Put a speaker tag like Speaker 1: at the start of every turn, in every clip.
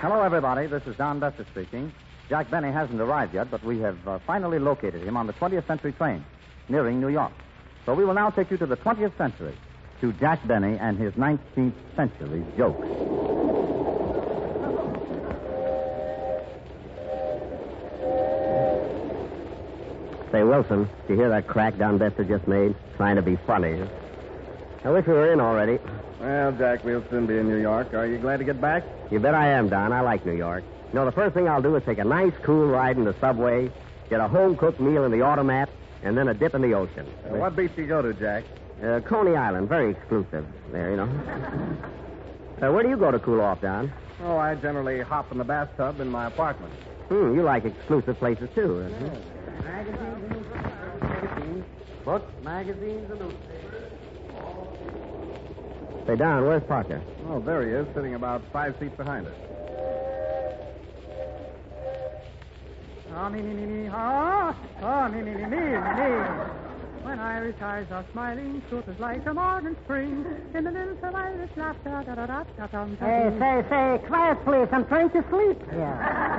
Speaker 1: Hello, everybody. This is Don Buster speaking. Jack Benny hasn't arrived yet, but we have uh, finally located him on the 20th Century train, nearing New York. So we will now take you to the 20th century, to Jack Benny and his 19th century jokes.
Speaker 2: Say, Wilson, did you hear that crack Don Bester just made? Trying to be funny. I wish we were in already.
Speaker 3: Well, Jack, we'll soon be in New York. Are you glad to get back?
Speaker 2: You bet I am, Don. I like New York. You know, the first thing I'll do is take a nice, cool ride in the subway, get a home cooked meal in the automat, and then a dip in the ocean.
Speaker 3: Uh, what beach you go to, Jack?
Speaker 2: Uh, Coney Island, very exclusive there, you know. uh, where do you go to cool off, Don?
Speaker 3: Oh, I generally hop in the bathtub in my apartment.
Speaker 2: Hmm, you like exclusive places, too. uh-huh.
Speaker 3: Books, magazines, and
Speaker 2: Say, Don, where's Parker?
Speaker 3: Oh, there he is, sitting about five feet behind us.
Speaker 4: Ah, nee, nee, nee, nee, ah, ah, nee, nee, nee, nee, nee. When Irish eyes are smiling, truth is like a morning spring. In the little survivor's laughter, da da da da dum dum.
Speaker 5: Hey, say, say, quiet, please. I'm trying to sleep. Yeah.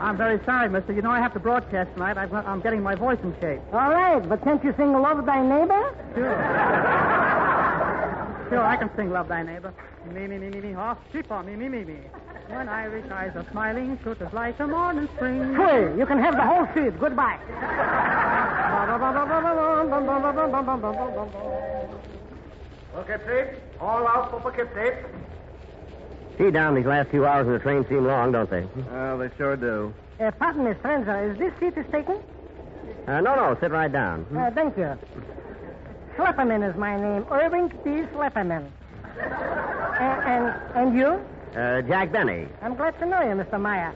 Speaker 4: I'm very sorry, mister. You know I have to broadcast tonight. I've, I'm getting my voice in shape.
Speaker 5: All right, but can't you sing Love Thy Neighbor?
Speaker 4: Sure, I can sing Love Thy Neighbor. Me, me, me, me, me, ha, sheep on me, me, me, me. When Irish eyes are smiling, truth is like a morning spring.
Speaker 5: Hey, you can have the whole sheet. Goodbye.
Speaker 3: Okay, tape. All out for bucket tape.
Speaker 2: Gee, Don, these last few hours of the train seem long, don't they?
Speaker 3: Oh, they sure do.
Speaker 5: Uh, pardon me, stranger. Is this seat is taken?
Speaker 2: Uh, no, no, sit right down.
Speaker 5: Uh, thank you. Schlepperman is my name. Irving P. Schlepperman. and, and, and you?
Speaker 2: Uh, Jack Benny.
Speaker 5: I'm glad to know you, Mr. Meyer.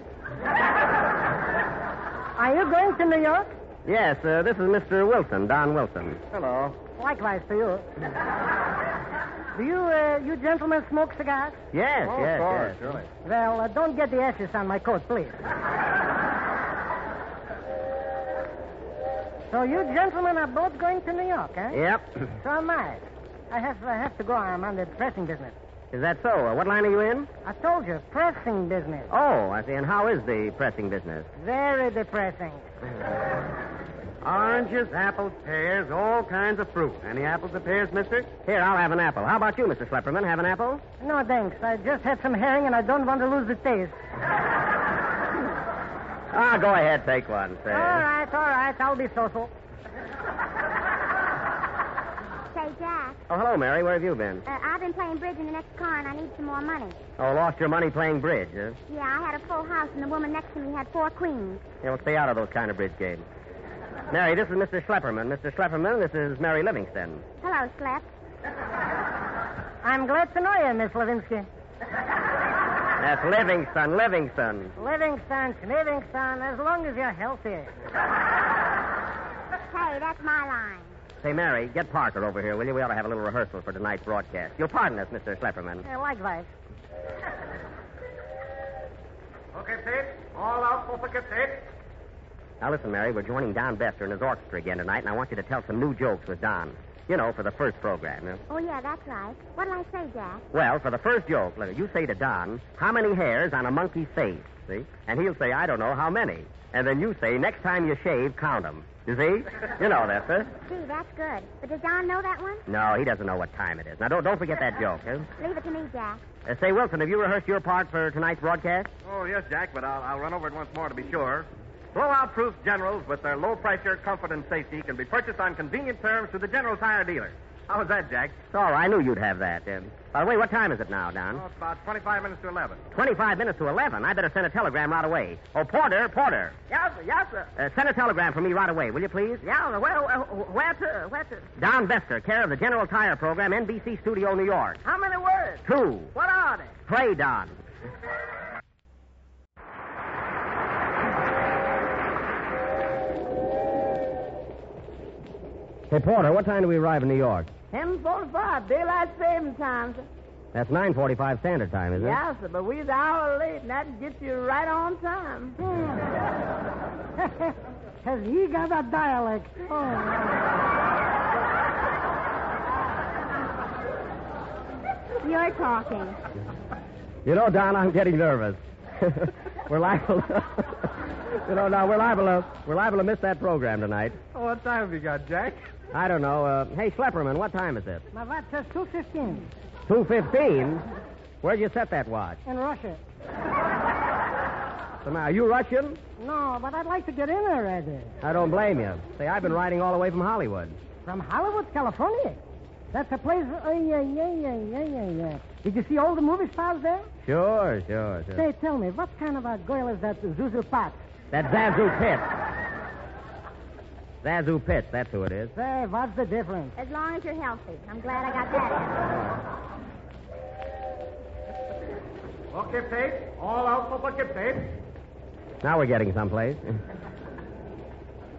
Speaker 5: Are you going to New York?
Speaker 2: Yes, uh, this is Mr. Wilson, Don Wilson.
Speaker 3: Hello.
Speaker 5: Likewise to you. Do you, uh, you gentlemen smoke cigars?
Speaker 2: Yes,
Speaker 3: oh,
Speaker 2: yes,
Speaker 3: of course,
Speaker 2: yes.
Speaker 3: surely.
Speaker 5: Well, uh, don't get the ashes on my coat, please. so you gentlemen are both going to New York, eh?
Speaker 2: Yep.
Speaker 5: So am I. I have, I have to go. I'm on the pressing business.
Speaker 2: Is that so? Uh, what line are you in?
Speaker 5: I told you, pressing business.
Speaker 2: Oh, I see. And how is the pressing business?
Speaker 5: Very depressing.
Speaker 2: Oranges, apples, pears, all kinds of fruit. Any apples or pears, mister? Here, I'll have an apple. How about you, Mr. Schlepperman? Have an apple?
Speaker 5: No, thanks. I just had some herring, and I don't want to lose the taste.
Speaker 2: Ah, go ahead, take one, say.
Speaker 5: All right, all right. I'll be social.
Speaker 6: Say, Jack,
Speaker 2: Oh, hello, Mary. Where have you been?
Speaker 6: uh, I've been playing bridge in the next car and I need some more money.
Speaker 2: Oh, lost your money playing bridge, huh?
Speaker 6: Yeah, I had a full house and the woman next to me had four queens.
Speaker 2: Yeah, well, stay out of those kind of bridge games. Mary, this is Mr. Schlepperman. Mr. Schlepperman, this is Mary Livingston.
Speaker 6: Hello, Slep.
Speaker 5: I'm glad to know you, Miss Levinsky.
Speaker 2: That's Livingston, Livingston.
Speaker 5: Livingston, Livingston, as long as you're healthy.
Speaker 6: Hey, that's my line.
Speaker 2: Say, Mary, get Parker over here, will you? We ought to have a little rehearsal for tonight's broadcast. You'll pardon us, Mr. Schlepperman.
Speaker 5: Uh, likewise.
Speaker 3: Okay, tape. All out for bucket tape.
Speaker 2: Now, listen, Mary, we're joining Don Bester and his orchestra again tonight, and I want you to tell some new jokes with Don. You know, for the first program. huh?
Speaker 6: Oh, yeah, that's right. What'll I say, Jack?
Speaker 2: Well, for the first joke, look, you say to Don, how many hairs on a monkey's face? See? And he'll say, I don't know, how many? And then you say, next time you shave, count 'em." You see? You know that, sir?
Speaker 6: Gee, that's good. But does Don know that one?
Speaker 2: No, he doesn't know what time it is. Now, don't, don't forget that joke, huh?
Speaker 6: Leave it to me, Jack.
Speaker 2: Uh, say, Wilson, have you rehearsed your part for tonight's broadcast?
Speaker 3: Oh, yes, Jack, but I'll, I'll run over it once more to be sure. Blowout proof generals with their low pressure, comfort, and safety can be purchased on convenient terms through the general's hire dealer.
Speaker 2: How's that, Jack? It's all right. Oh, I knew you'd have that. Um, by the way, what time is it now, Don?
Speaker 3: Oh, about 25 minutes to 11.
Speaker 2: 25 minutes to 11. I better send a telegram right away. Oh, Porter, Porter.
Speaker 7: Yes, sir. Yes, sir.
Speaker 2: Uh, send a telegram for me right away, will you please?
Speaker 7: Yeah, sir. Where, where, where to? Where to?
Speaker 2: Don Bester, care of the General Tire Program, NBC Studio, New York.
Speaker 7: How many words?
Speaker 2: Two.
Speaker 7: What are they?
Speaker 2: Pray, Don. Hey, Porter, what time do we arrive in New York?
Speaker 7: 1045, daylight saving time, sir.
Speaker 2: That's 9.45 standard time, is it?
Speaker 7: Yeah, sir, but we's an hour late, and that gets you right on time.
Speaker 5: Has he got a dialect? Oh.
Speaker 6: You're talking.
Speaker 2: You know, Don, I'm getting nervous. we're liable... you know, now, we're liable, to, we're liable to miss that program tonight.
Speaker 3: Oh, what time have you got, Jack?
Speaker 2: I don't know. Uh, hey, Schlepperman, what time is it?
Speaker 5: Now that says 2.15
Speaker 2: 2.15? Where'd you set that watch?
Speaker 5: in Russia.
Speaker 2: So now, are you Russian?
Speaker 5: No, but I'd like to get in already.
Speaker 2: I don't blame you. Say, I've been riding all the way from Hollywood.
Speaker 5: From Hollywood, California. That's a place. Oh, yeah, yeah, yeah, yeah, yeah, yeah. Did you see all the movie stars there?
Speaker 2: Sure, sure, sure.
Speaker 5: Say, tell me, what kind of a girl is that Zuzu Pat?
Speaker 2: That's Zazu Pitts. Zazu Pitts, that's who it is.
Speaker 5: Say, what's the difference?
Speaker 6: As long as you're healthy. I'm glad I got that.
Speaker 3: Okay, Pete. All out for bucket, Pete.
Speaker 2: Now we're getting someplace.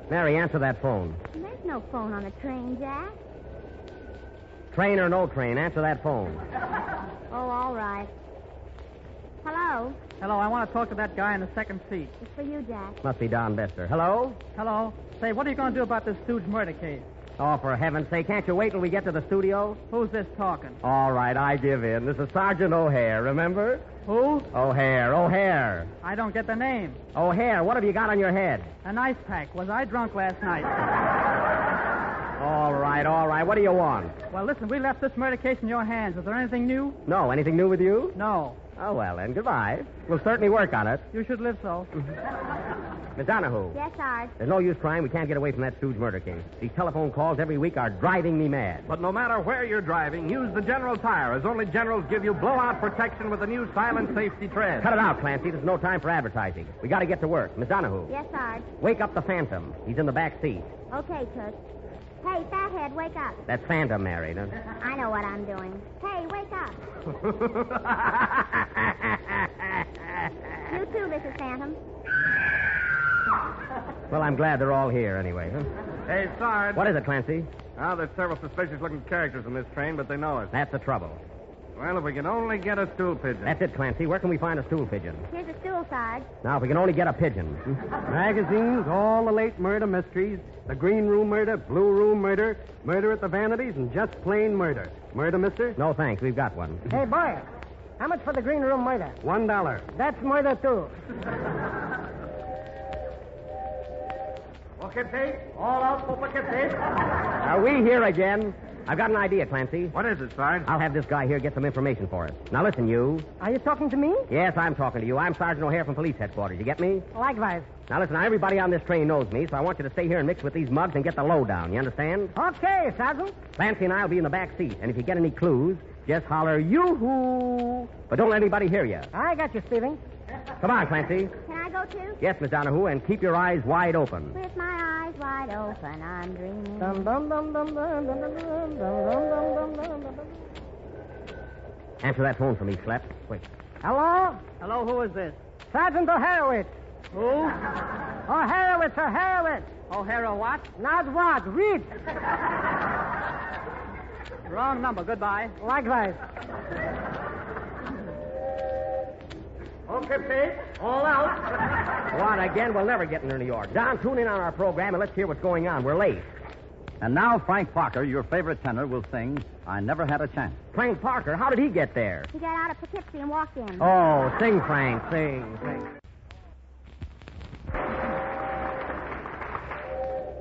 Speaker 2: Mary, answer that phone.
Speaker 6: in. There's no phone on the train, Jack.
Speaker 2: Train or no train, answer that phone.
Speaker 6: Oh, all right. Hello.
Speaker 4: Hello, I want to talk to that guy in the second seat.
Speaker 6: It's for you, Jack.
Speaker 2: Must be Don Bester. Hello?
Speaker 4: Hello. Say, what are you going to do about this huge murder case?
Speaker 2: Oh, for heaven's sake, can't you wait till we get to the studio?
Speaker 4: Who's this talking?
Speaker 2: All right, I give in. This is Sergeant O'Hare, remember?
Speaker 4: Who?
Speaker 2: O'Hare, O'Hare.
Speaker 4: I don't get the name.
Speaker 2: O'Hare, what have you got on your head?
Speaker 4: An ice pack. Was I drunk last night?
Speaker 2: All right, all right. What do you want?
Speaker 4: Well, listen, we left this murder case in your hands. Is there anything new?
Speaker 2: No, anything new with you?
Speaker 4: No.
Speaker 2: Oh, well, then, goodbye. We'll certainly work on it.
Speaker 4: You should live so.
Speaker 2: Miss Donahue.
Speaker 6: Yes, ours.
Speaker 2: There's no use trying. We can't get away from that Stooge murder case. These telephone calls every week are driving me mad.
Speaker 3: But no matter where you're driving, use the General Tire, as only Generals give you blowout protection with the new silent safety tread.
Speaker 2: Cut it out, Clancy. There's no time for advertising. We got to get to work. Miss Donahue.
Speaker 6: Yes, ours.
Speaker 2: Wake up the Phantom. He's in the back seat.
Speaker 6: Okay, Cook. Hey, fathead, wake up.
Speaker 2: That's Phantom, Mary. No?
Speaker 6: I know what I'm doing. Hey, wake up. You too, Mrs. Phantom.
Speaker 2: well, I'm glad they're all here anyway. huh?
Speaker 3: Hey, Sarge.
Speaker 2: What is it, Clancy?
Speaker 3: Now, there's several suspicious looking characters in this train, but they know us.
Speaker 2: That's the trouble.
Speaker 3: Well, if we can only get a stool pigeon.
Speaker 2: That's it, Clancy. Where can we find a stool pigeon?
Speaker 6: Here's a stool, Sarge.
Speaker 2: Now, if we can only get a pigeon. Hmm?
Speaker 8: Magazines, all the late murder mysteries, the Green Room murder, Blue Room murder, murder at the vanities, and just plain murder. Murder, mister?
Speaker 2: No, thanks. We've got one.
Speaker 5: Hey, boy, how much for the green room murder?
Speaker 8: One dollar.
Speaker 5: That's murder, too.
Speaker 3: Okay, Pete. All out for bucket, Pete.
Speaker 2: Are we here again? I've got an idea, Clancy.
Speaker 3: What is it, Sarge?
Speaker 2: I'll have this guy here get some information for us. Now, listen, you.
Speaker 5: Are you talking to me?
Speaker 2: Yes, I'm talking to you. I'm Sergeant O'Hare from police headquarters. You get me?
Speaker 5: Likewise.
Speaker 2: Now, listen, everybody on this train knows me, so I want you to stay here and mix with these mugs and get the lowdown. You understand?
Speaker 5: Okay, Sergeant.
Speaker 2: Clancy and I will be in the back seat, and if you get any clues, just holler yoo-hoo. But don't let anybody hear you.
Speaker 5: I got you, Stevens.
Speaker 2: Come on, Clancy.
Speaker 6: Can I go too?
Speaker 2: Yes, Miss Donahue, and keep your eyes wide open.
Speaker 6: With my eyes wide open, I'm dreaming.
Speaker 5: Dum dum dum dum dum dum dum dum dum dum dum dum.
Speaker 2: Answer that phone for me, Slap. Wait.
Speaker 5: Hello,
Speaker 4: Hello, who is this?
Speaker 5: Sergeant O'Harowitz.
Speaker 4: Who?
Speaker 5: O'Harowitz, O'Harowitz.
Speaker 4: O'Hara what?
Speaker 5: Not what? Read.
Speaker 4: Wrong number. Goodbye.
Speaker 5: Likewise.
Speaker 3: Okay, Pete. All out.
Speaker 2: What, again? We'll never get into New York. Don, tune in on our program and let's hear what's going on. We're late.
Speaker 1: And now Frank Parker, your favorite tenor, will sing I Never Had a Chance.
Speaker 2: Frank Parker, how did he get there?
Speaker 6: He got out of Poughkeepsie and walked in.
Speaker 2: Oh, sing, Frank, sing, sing.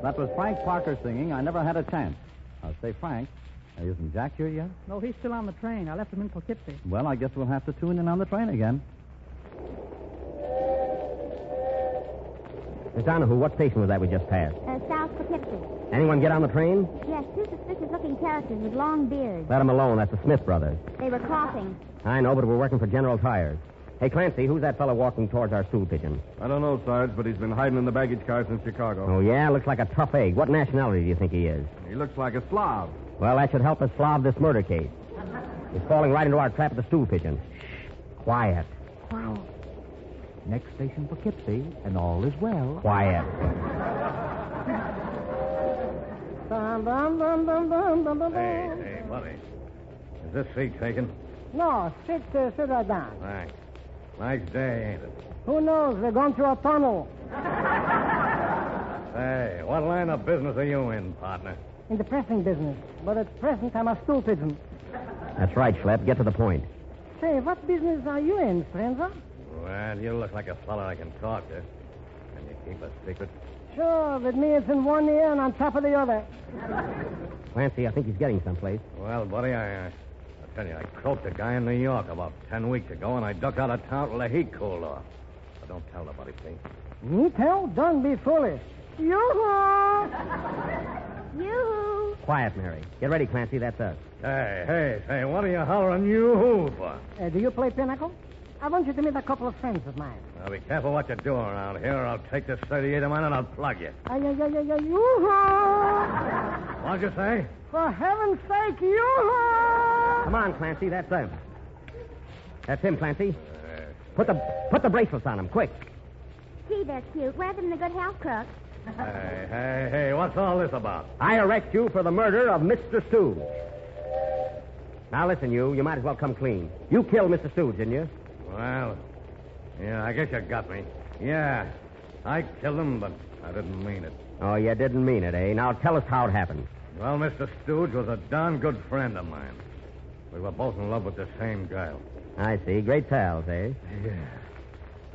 Speaker 1: That was Frank Parker singing I Never Had a Chance. Now, say, Frank, uh, isn't Jack here yet?
Speaker 4: No, he's still on the train. I left him in Poughkeepsie.
Speaker 1: Well, I guess we'll have to tune in on the train again.
Speaker 2: Miss Donahue, what station was that we just passed?
Speaker 6: Uh, South Poughkeepsie.
Speaker 2: Anyone get on the train?
Speaker 6: Yes, two Suspicious looking characters with long beards.
Speaker 2: Let 'em alone. That's the Smith brothers.
Speaker 6: They were coughing.
Speaker 2: I know, but we're working for General Tires. Hey, Clancy, who's that fellow walking towards our stool pigeon?
Speaker 3: I don't know, Sarge, but he's been hiding in the baggage car since Chicago.
Speaker 2: Oh, yeah? Looks like a tough egg. What nationality do you think he is?
Speaker 3: He looks like a Slav.
Speaker 2: Well, that should help us solve this murder case. He's falling right into our trap of the stool pigeon. Shh. Quiet.
Speaker 6: Quiet.
Speaker 9: Next station Poughkeepsie, and all is well.
Speaker 2: Quiet.
Speaker 5: Dum, dum, dum, dum, dum, dum, dum,
Speaker 10: Hey,
Speaker 5: dum.
Speaker 10: hey, buddy. Is this seat taken?
Speaker 5: No, sit, uh, sit right down.
Speaker 10: Thanks. Nice day, ain't it?
Speaker 5: Who knows? We're going through a tunnel
Speaker 10: Hey, what line of business are you in, partner?
Speaker 5: in the pressing business, but at present I'm a stool pigeon.
Speaker 2: That's right, Schlepp. Get to the point.
Speaker 5: Say, what business are you in, stranger?
Speaker 10: Well, you look like a fella I can talk to. Can you keep a secret?
Speaker 5: Sure, with me it's in one ear and on top of the other.
Speaker 2: Clancy, I think he's getting someplace.
Speaker 10: Well, buddy, I, uh, I tell you, I croaked a guy in New York about ten weeks ago, and I ducked out of town till the heat cooled off. But don't tell nobody, see?
Speaker 5: Me tell? Don't be foolish. Yoo-hoo!
Speaker 6: Yoo-hoo!
Speaker 2: Quiet, Mary. Get ready, Clancy. That's us.
Speaker 10: Hey, hey, hey, what are you hollering you for?
Speaker 5: Uh, do you play pinochle? I want you to meet a couple of friends of mine.
Speaker 10: Now, be careful what you do around here, or I'll take this 38 of mine and I'll plug you.
Speaker 5: Ay, ay, ay, ay, ay, yoo-hoo!
Speaker 10: What'd you say?
Speaker 5: For heaven's sake, yoo-hoo!
Speaker 2: Come on, Clancy. That's them. That's him, Clancy. Put the put the bracelets on him, quick.
Speaker 6: Gee, they're cute. Wear them in the good health crook.
Speaker 10: Hey, hey, hey, what's all this about?
Speaker 2: I arrest you for the murder of Mr. Stooge. Now listen, you. You might as well come clean. You killed Mr. Stooge, didn't you?
Speaker 10: Well, yeah, I guess you got me. Yeah, I killed him, but I didn't mean it.
Speaker 2: Oh, you didn't mean it, eh? Now tell us how it happened.
Speaker 10: Well, Mr. Stooge was a darn good friend of mine. We were both in love with the same girl.
Speaker 2: I see. Great pals, eh?
Speaker 10: Yeah.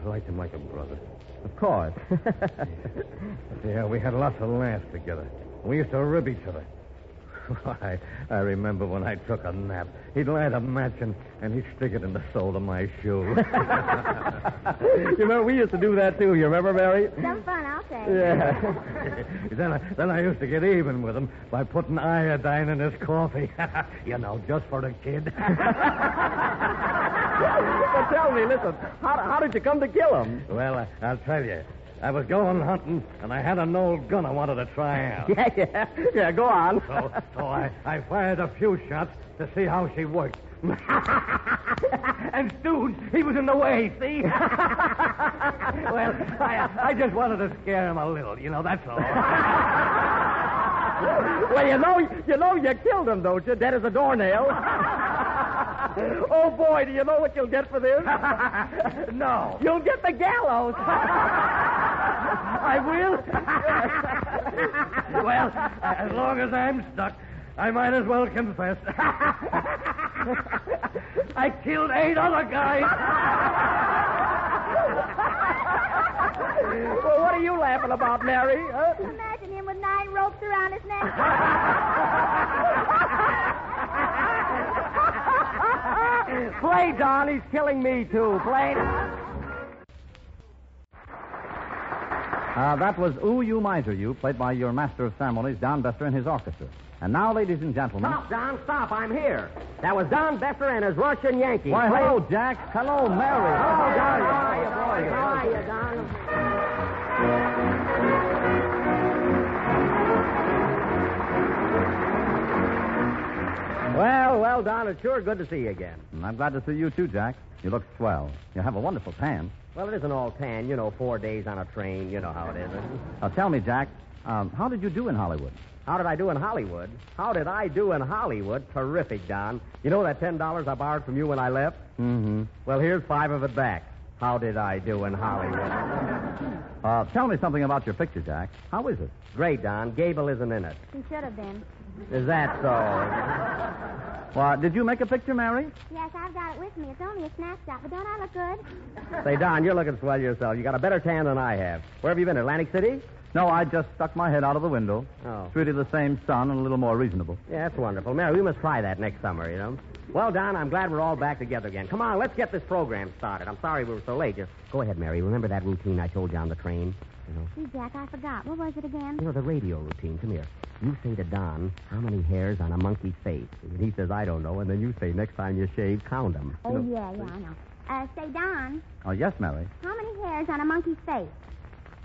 Speaker 10: I liked him like a brother.
Speaker 2: Of course.
Speaker 10: Yeah, we had lots of laughs together. We used to rib each other. Why, I remember when I took a nap. He'd light a match and, and he'd stick it in the sole of my shoe.
Speaker 2: you remember we used to do that too. You remember, Mary?
Speaker 6: Some fun, I'll say.
Speaker 10: Yeah. then, I, then I used to get even with him by putting iodine in his coffee. you know, just for a kid.
Speaker 2: but tell me, listen, how, how did you come to kill him?
Speaker 10: well, I, I'll tell you. I was going hunting, and I had an old gun I wanted to try out.
Speaker 2: Yeah, yeah, yeah. Go on.
Speaker 10: So, so I, I fired a few shots to see how she worked. and Stooge, he was in the way, see? well, I, I just wanted to scare him a little, you know, that's all.
Speaker 2: well, you know, you know, you killed him, don't you? Dead as a doornail. oh boy, do you know what you'll get for this?
Speaker 10: no.
Speaker 2: You'll get the gallows. I will.
Speaker 10: Well, as long as I'm stuck, I might as well confess. I killed eight other guys.
Speaker 2: well, what are you laughing about, Mary? huh?
Speaker 6: Imagine him with nine ropes around his neck.
Speaker 2: Play, Don. He's killing me too. Play.
Speaker 1: Uh, that was Ooh You Miser You, played by your master of ceremonies, Don Bester, and his orchestra. And now, ladies and gentlemen.
Speaker 2: Stop, Don. Stop. I'm here. That was Don Bester and his Russian Yankee.
Speaker 1: Why, hello, Jack. Hello, Mary.
Speaker 2: Hello, Don.
Speaker 1: How are you?
Speaker 2: How are you, Don? Well, well, Don, it's sure good to see you again.
Speaker 1: And I'm glad to see you, too, Jack. You look swell. You have a wonderful tan.
Speaker 2: Well, it isn't all tan, you know, four days on a train, you know how it is.
Speaker 1: Now, tell me, Jack, um, how did you do in Hollywood?
Speaker 2: How did I do in Hollywood? How did I do in Hollywood? Terrific, Don. You know that ten dollars I borrowed from you when I left?
Speaker 1: Mm-hmm.
Speaker 2: Well, here's five of it back. How did I do in Hollywood?
Speaker 1: Uh, tell me something about your picture, Jack. How is it?
Speaker 2: Great, Don. Gable isn't in it.
Speaker 6: He should have been.
Speaker 2: Is that so?
Speaker 1: Well, did you make a picture, Mary?
Speaker 6: Yes, I've got it with me. It's only a snapshot, but don't I look good?
Speaker 2: Say, Don, you're looking swell yourself. You got a better tan than I have. Where have you been? Atlantic City?
Speaker 1: No, I just stuck my head out of the window.
Speaker 2: Oh.
Speaker 1: It's really the same sun and a little more reasonable.
Speaker 2: Yeah, that's wonderful. Mary, we must try that next summer, you know. Well, Don, I'm glad we're all back together again. Come on, let's get this program started. I'm sorry we were so late. Just go ahead, Mary. Remember that routine I told you on the train? you know.
Speaker 6: See, Jack, I forgot. What was it again?
Speaker 2: You know, the radio routine. Come here. You say to Don, how many hairs on a monkey's face? And he says, I don't know. And then you say, next time you shave, count them.
Speaker 6: Oh, yeah, yeah, I know. Uh, say, Don,
Speaker 1: Oh, yes, Mary.
Speaker 6: how many hairs on a monkey's face?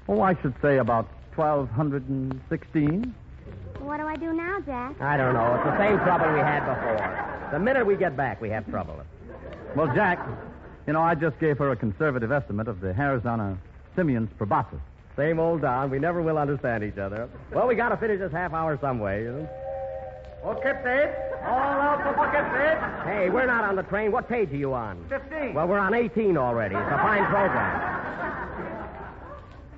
Speaker 1: Oh, I should say about 1,216.
Speaker 6: What do I do now, Jack?
Speaker 2: I don't know. It's the same trouble we had before. The minute we get back, we have trouble.
Speaker 1: Well, Jack, you know, I just gave her a conservative estimate of the hairs on a simian's proboscis.
Speaker 2: Same old Don. We never will understand each other. Well, we got to finish this half hour some way. You know?
Speaker 3: Oh, Kipsy. All out for Kipsy.
Speaker 2: Hey, we're not on the train. What page are you on?
Speaker 3: 15.
Speaker 2: Well, we're on 18 already. It's a fine program.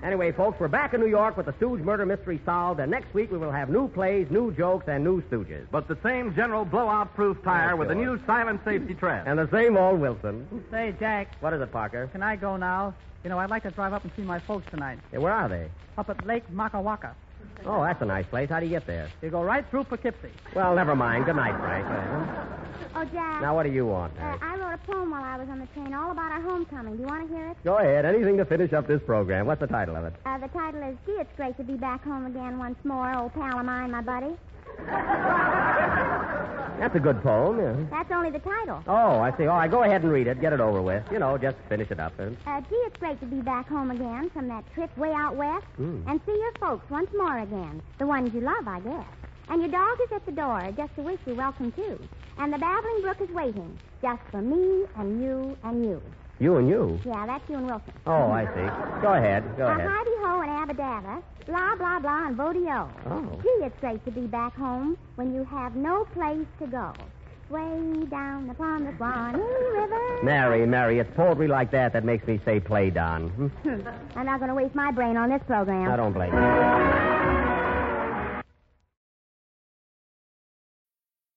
Speaker 2: Anyway, folks, we're back in New York with the Stooge murder mystery solved, and next week we will have new plays, new jokes, and new Stooges.
Speaker 3: But the same general blowout proof tire with a new silent safety tread.
Speaker 2: And the same old Wilson.
Speaker 4: Say, Jack,
Speaker 2: What is it, Parker?
Speaker 4: can I go now? You know, I'd like to drive up and see my folks tonight.
Speaker 2: Hey, where are they?
Speaker 4: Up at Lake Makawaka.
Speaker 2: Oh, that's a nice place. How do you get there?
Speaker 4: You go right through Poughkeepsie.
Speaker 2: Well, never mind. Good night, Frank.
Speaker 6: Oh, Jack.
Speaker 2: Now, what do you want?
Speaker 6: Uh,
Speaker 2: Hank?
Speaker 6: I wrote a poem while I was on the train all about our homecoming. Do you want to hear it?
Speaker 2: Go ahead. Anything to finish up this program. What's the title of it?
Speaker 6: Uh, the title is, Gee, it's great to be back home again once more, old pal of mine, my buddy.
Speaker 2: That's a good poem. Yeah.
Speaker 6: That's only the title.
Speaker 2: Oh, I see. All right, go ahead and read it. Get it over with. You know, just finish it up. And...
Speaker 6: Uh, gee, it's great to be back home again from that trip way out west
Speaker 2: Hmm.
Speaker 6: and see your folks once more again. The ones you love, I guess. And your dog is at the door just to wish you welcome too. And the babbling brook is waiting just for me and you and you.
Speaker 2: You and you.
Speaker 6: Yeah, that's you and Wilson.
Speaker 2: Oh, I see. Go ahead. Go
Speaker 6: Uh,
Speaker 2: ahead.
Speaker 6: hidey ho and abadabba, blah, blah, blah, and bodeo.
Speaker 2: Oh.
Speaker 6: Gee, it's great to be back home when you have no place to go. Way down upon the Swanee River.
Speaker 2: Mary, Mary, it's poetry like that that makes me say play, Don. Hmm?
Speaker 6: I'm not going to waste my brain on this program.
Speaker 2: I don't blame you.